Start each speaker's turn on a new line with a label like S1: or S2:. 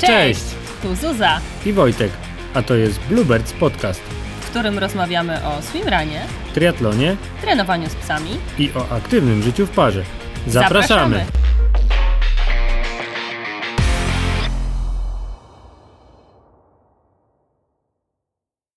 S1: Cześć!
S2: Tu Zuza,
S1: I Wojtek, a to jest Bluebirds Podcast,
S2: w którym rozmawiamy o swimranie,
S1: triatlonie
S2: trenowaniu z psami.
S1: i o aktywnym życiu w parze. Zapraszamy.